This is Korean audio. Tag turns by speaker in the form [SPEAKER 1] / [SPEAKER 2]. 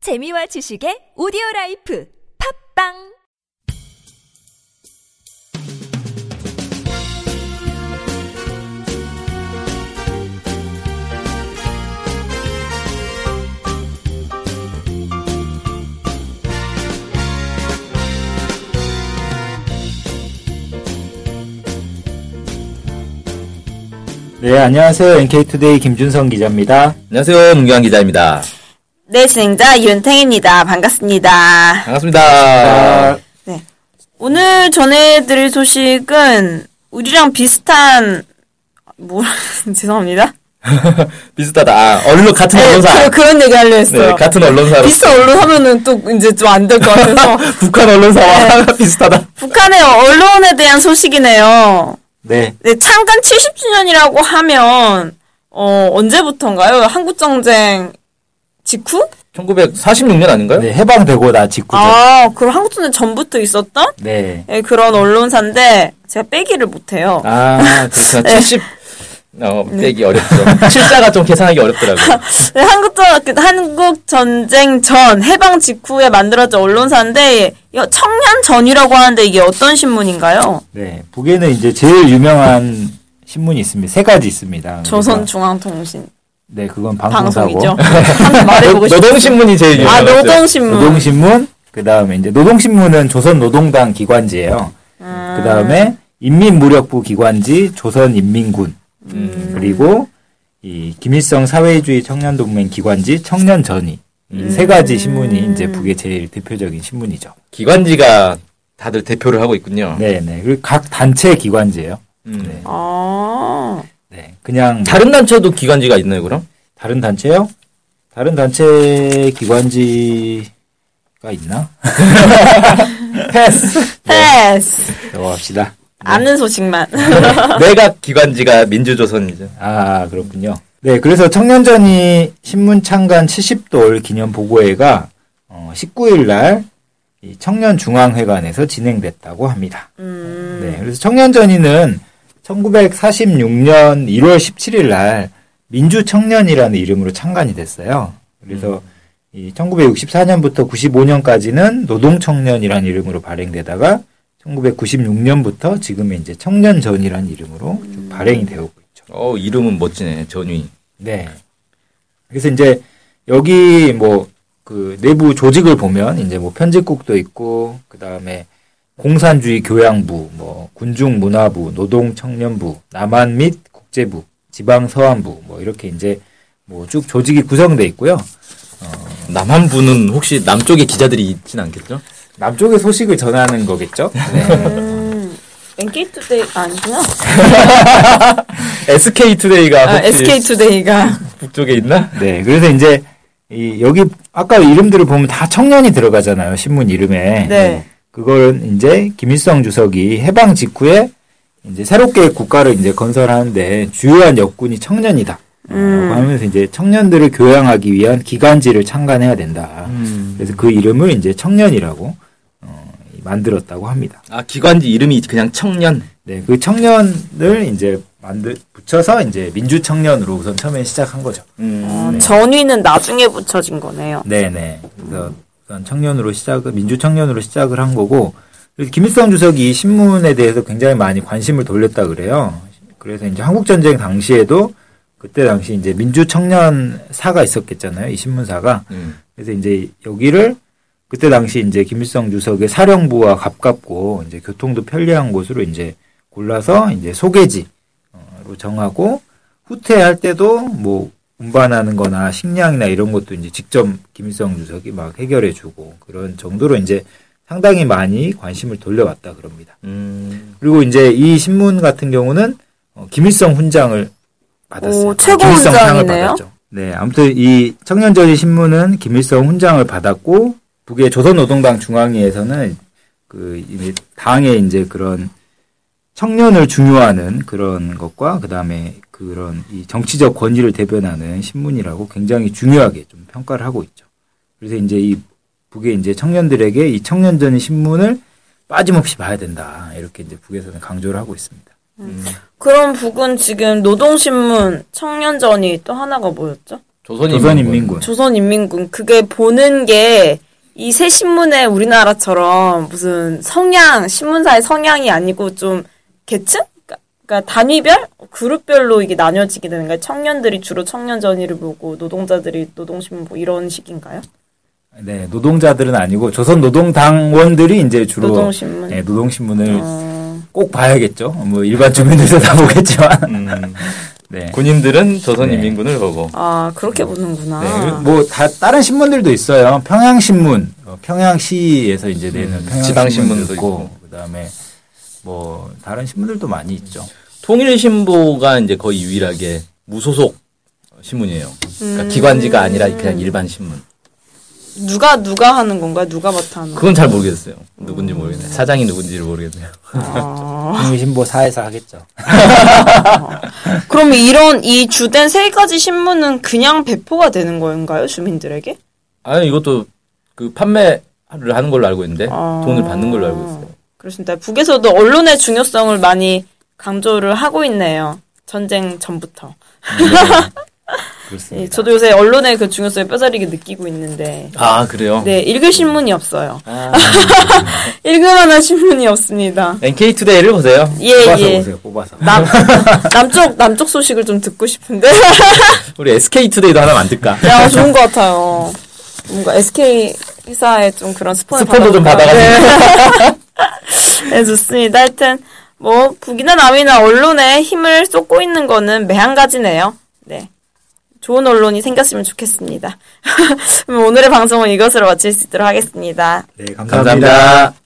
[SPEAKER 1] 재미와 지식의 오디오 라이프 팝빵
[SPEAKER 2] 네, 안녕하세요. NK투데이 김준성 기자입니다.
[SPEAKER 3] 안녕하세요, 문경환 기자입니다.
[SPEAKER 4] 네, 진행자 윤탱입니다. 반갑습니다.
[SPEAKER 3] 반갑습니다.
[SPEAKER 2] 아,
[SPEAKER 4] 오늘 전해드릴 소식은 우리랑 비슷한 뭐 죄송합니다.
[SPEAKER 3] 비슷하다. 아, 언론 같은 언론사.
[SPEAKER 4] 그, 그런 얘기 하려 했어요.
[SPEAKER 3] 네, 같은 언론사로.
[SPEAKER 4] 비슷한 언론 하면은 또 이제 좀 안 될 것 같아서 네,
[SPEAKER 3] 북한 언론사와 비슷하다.
[SPEAKER 4] 북한의 언론에 대한 소식이네요.
[SPEAKER 2] 네.
[SPEAKER 4] 네, 창간 70주년이라고 하면 어 언제부터인가요? 한국 전쟁 직후?
[SPEAKER 3] 1946년 아닌가요?
[SPEAKER 2] 네, 해방되고 나 직후죠.
[SPEAKER 4] 아, 그럼 한국 전쟁 전부터 있었던
[SPEAKER 2] 네.
[SPEAKER 4] 예, 그런 언론사인데 제가 빼기를 못해요.
[SPEAKER 3] 아, 그렇구나. 70, 어, 빼기 어렵죠. 7자가 좀 계산하기 어렵더라고요.
[SPEAKER 4] 네, 한국 전 그, 한국 전쟁 전 해방 직후에 만들어진 언론사인데 이거 청년 전이라고 하는데 이게 어떤 신문인가요?
[SPEAKER 2] 네. 북에는 이제 제일 유명한 신문이 있습니다. 세 가지 있습니다. 그러니까,
[SPEAKER 4] 조선중앙통신
[SPEAKER 2] 네, 그건 방송사고.
[SPEAKER 4] 방송이죠. 한번 말해보고 싶어요.
[SPEAKER 3] 노동신문이 제일
[SPEAKER 4] 아
[SPEAKER 3] 유명하죠.
[SPEAKER 4] 노동신문.
[SPEAKER 2] 노동신문, 그 다음에 이제 노동신문은 조선노동당 기관지예요.
[SPEAKER 4] 아.
[SPEAKER 2] 그 다음에 인민무력부 기관지 조선인민군.
[SPEAKER 3] 음,
[SPEAKER 4] 음.
[SPEAKER 2] 그리고 이 김일성 사회주의 청년동맹 기관지 청년전이. 이
[SPEAKER 4] 음.
[SPEAKER 2] 세 가지 신문이 이제 북의 제일 대표적인 신문이죠.
[SPEAKER 3] 기관지가 다들 대표를 하고 있군요.
[SPEAKER 2] 네네. 그리고 각 단체 기관지예요.
[SPEAKER 3] 음.
[SPEAKER 2] 네.
[SPEAKER 4] 아
[SPEAKER 2] 네. 그냥
[SPEAKER 3] 다른 단체도 기관지가 있나요, 그럼?
[SPEAKER 2] 다른 단체요? 다른 단체 기관지가 있나? 패스.
[SPEAKER 4] 패스.
[SPEAKER 2] 넘어갑시다.
[SPEAKER 4] 아는 소식만.
[SPEAKER 3] 내각 기관지가 민주조선이죠.
[SPEAKER 2] 아 그렇군요. 네, 그래서 청년전이 신문 창간 70돌 기념 보고회가 19일 날 이 청년중앙회관에서 진행됐다고 합니다. 네, 그래서 청년전이는 1946년 1월 17일 날 민주청년이라는 이름으로 창간이 됐어요. 그래서 이 1964년부터 95년까지는 노동청년이라는 이름으로 발행되다가 1996년부터 지금의 이제 청년전이라는 이름으로 쭉 발행이 되고 있죠.
[SPEAKER 3] 어, 이름은 멋지네, 전위.
[SPEAKER 2] 네. 그래서 이제 여기 뭐 그 내부 조직을 보면 이제 뭐 편집국도 있고 그 다음에 공산주의 교양부, 뭐 군중문화부, 노동청년부, 남한 및 국제부, 지방서안부 뭐 이렇게 이제 뭐 쭉 조직이 구성돼 있고요. 어,
[SPEAKER 3] 남한부는 혹시 남쪽에 기자들이 있진 않겠죠?
[SPEAKER 2] 남쪽의 소식을 전하는 거겠죠?
[SPEAKER 4] 음. NK투데이 아니구나.
[SPEAKER 3] SK투데이가
[SPEAKER 4] 아, SK투데이가
[SPEAKER 3] 북쪽에 있나?
[SPEAKER 2] 네, 그래서 이제 이 여기 아까 이름들을 보면 다 청년이 들어가잖아요 신문 이름에.
[SPEAKER 4] 네.
[SPEAKER 2] 그걸 이제 김일성 주석이 해방 직후에 이제 새롭게 국가를 이제 건설하는데 주요한 역군이 청년이다. 라고 하면서 이제 청년들을 교양하기 위한 기관지를 창간해야 된다. 그래서 그 이름을 이제 청년이라고 어, 만들었다고 합니다.
[SPEAKER 3] 아 기관지 이름이 그냥 청년.
[SPEAKER 2] 네, 그 청년을 이제 만들 붙여서 이제 민주 청년으로 우선 처음에 시작한 거죠.
[SPEAKER 4] 어, 전위는 나중에 붙여진 거네요.
[SPEAKER 2] 네네. 그래서 우선 청년으로 시작을, 민주청년으로 시작을 한 거고, 그래서 김일성 주석이 이 신문에 대해서 굉장히 많이 관심을 돌렸다 그래요. 그래서 이제 한국전쟁 당시에도 그때 당시 이제 민주청년사가 있었겠잖아요. 이 신문사가.
[SPEAKER 3] 음.
[SPEAKER 2] 그래서 이제 여기를 그때 당시 이제 김일성 주석의 사령부와 가깝고 이제 교통도 편리한 곳으로 이제 골라서 이제 소개지, 어, 로 정하고 후퇴할 때도 뭐 운반하는 거나 식량이나 이런 것도 이제 직접 김일성 주석이 막 해결해 주고 그런 정도로 이제 상당히 많이 관심을 돌려왔다 그럽니다.
[SPEAKER 3] 음.
[SPEAKER 2] 그리고 이제 이 신문 같은 경우는 어, 김일성 훈장을 받았어요.
[SPEAKER 4] 오,
[SPEAKER 2] 아,
[SPEAKER 4] 최고 훈장이네요.
[SPEAKER 2] 네, 아무튼 이 청년전의 신문은 김일성 훈장을 받았고 북의 조선노동당 중앙위에서는 그 이제 당의 이제 그런 청년을 중요하는 그런 것과 그다음에 그런 이 정치적 권위를 대변하는 신문이라고 굉장히 중요하게 좀 평가를 하고 있죠. 그래서 이제 이 북의 이제 청년들에게 이 청년전의 신문을 빠짐없이 봐야 된다. 이렇게 이제 북에서는 강조를 하고 있습니다.
[SPEAKER 4] 그럼 북은 지금 노동신문, 청년전이 또 하나가 뭐였죠?
[SPEAKER 3] 조선인
[SPEAKER 2] 조선인민군.
[SPEAKER 4] 조선인민군 그게 보는 게 이 새 신문에 우리나라처럼 무슨 성향 신문사의 성향이 아니고 좀 계층? 그러니까 단위별 그룹별로 이게 나뉘어지게 되는 거예요. 청년들이 주로 청년 전의를 보고 노동자들이 노동신문 뭐 이런 식인가요?
[SPEAKER 2] 네, 노동자들은 아니고 조선 노동당원들이 이제 주로
[SPEAKER 4] 노동신문.
[SPEAKER 2] 네, 노동신문을
[SPEAKER 4] 어,
[SPEAKER 2] 꼭 봐야겠죠. 뭐 일반 주민들도 다 보겠지만.
[SPEAKER 3] 음,
[SPEAKER 2] 네.
[SPEAKER 3] 군인들은 조선인민군을 보고
[SPEAKER 4] 아 그렇게 보는구나.
[SPEAKER 2] 네, 뭐 다 다른 신문들도 있어요. 평양신문, 어, 평양시에서 이제 내는
[SPEAKER 3] 음,
[SPEAKER 2] 평양신문도 있고,
[SPEAKER 3] 지방신문도 있고.
[SPEAKER 2] 그다음에 뭐 다른 신문들도 많이 있죠.
[SPEAKER 3] 통일신보가 이제 거의 유일하게 무소속 신문이에요.
[SPEAKER 4] 음.
[SPEAKER 3] 그러니까 기관지가 아니라 그냥 일반 신문.
[SPEAKER 4] 누가 누가 하는 건가요? 누가 맡아 하는 건가요?
[SPEAKER 3] 그건 잘 모르겠어요. 누군지
[SPEAKER 4] 음.
[SPEAKER 3] 모르겠네. 사장이 누군지를 모르겠네요.
[SPEAKER 4] 아.
[SPEAKER 2] 국민신보 사에서 하겠죠.
[SPEAKER 4] 그럼 이런 이 주된 세 가지 신문은 그냥 배포가 되는 건가요? 주민들에게?
[SPEAKER 3] 아니 이것도 그 판매를 하는 걸로 알고 있는데
[SPEAKER 4] 아.
[SPEAKER 3] 돈을 받는 걸로 알고 있어요.
[SPEAKER 4] 그렇습니다. 북에서도 언론의 중요성을 많이 강조를 하고 있네요. 전쟁 전부터.
[SPEAKER 2] 그렇습니다.
[SPEAKER 4] 예, 저도 요새 언론의 그 중요성을 뼈저리게 느끼고 있는데.
[SPEAKER 3] 아 그래요?
[SPEAKER 4] 네, 읽을 신문이 없어요.
[SPEAKER 3] 아,
[SPEAKER 4] 읽을 만한 신문이 없습니다.
[SPEAKER 3] NK 투데이를 보세요.
[SPEAKER 4] 예,
[SPEAKER 2] 뽑아서
[SPEAKER 4] 예.
[SPEAKER 2] 보세요. 뽑아서.
[SPEAKER 4] 남, 남쪽, 남쪽 소식을 좀 듣고 싶은데.
[SPEAKER 3] 우리 SK 투데이도 하나 만들까?
[SPEAKER 4] 야, 좋은 것 같아요. 뭔가 SK 회사에 좀 그런 스폰을
[SPEAKER 3] 스폰도 좀 받아가지고.
[SPEAKER 4] 네, 좋습니다. 하여튼, 뭐, 북이나 남이나 언론에 힘을 쏟고 있는 거는 매한가지네요. 네. 좋은 언론이 생겼으면 좋겠습니다. 그럼 오늘의 방송은 이것으로 마칠 수 있도록 하겠습니다.
[SPEAKER 2] 네, 감사합니다.
[SPEAKER 3] 감사합니다.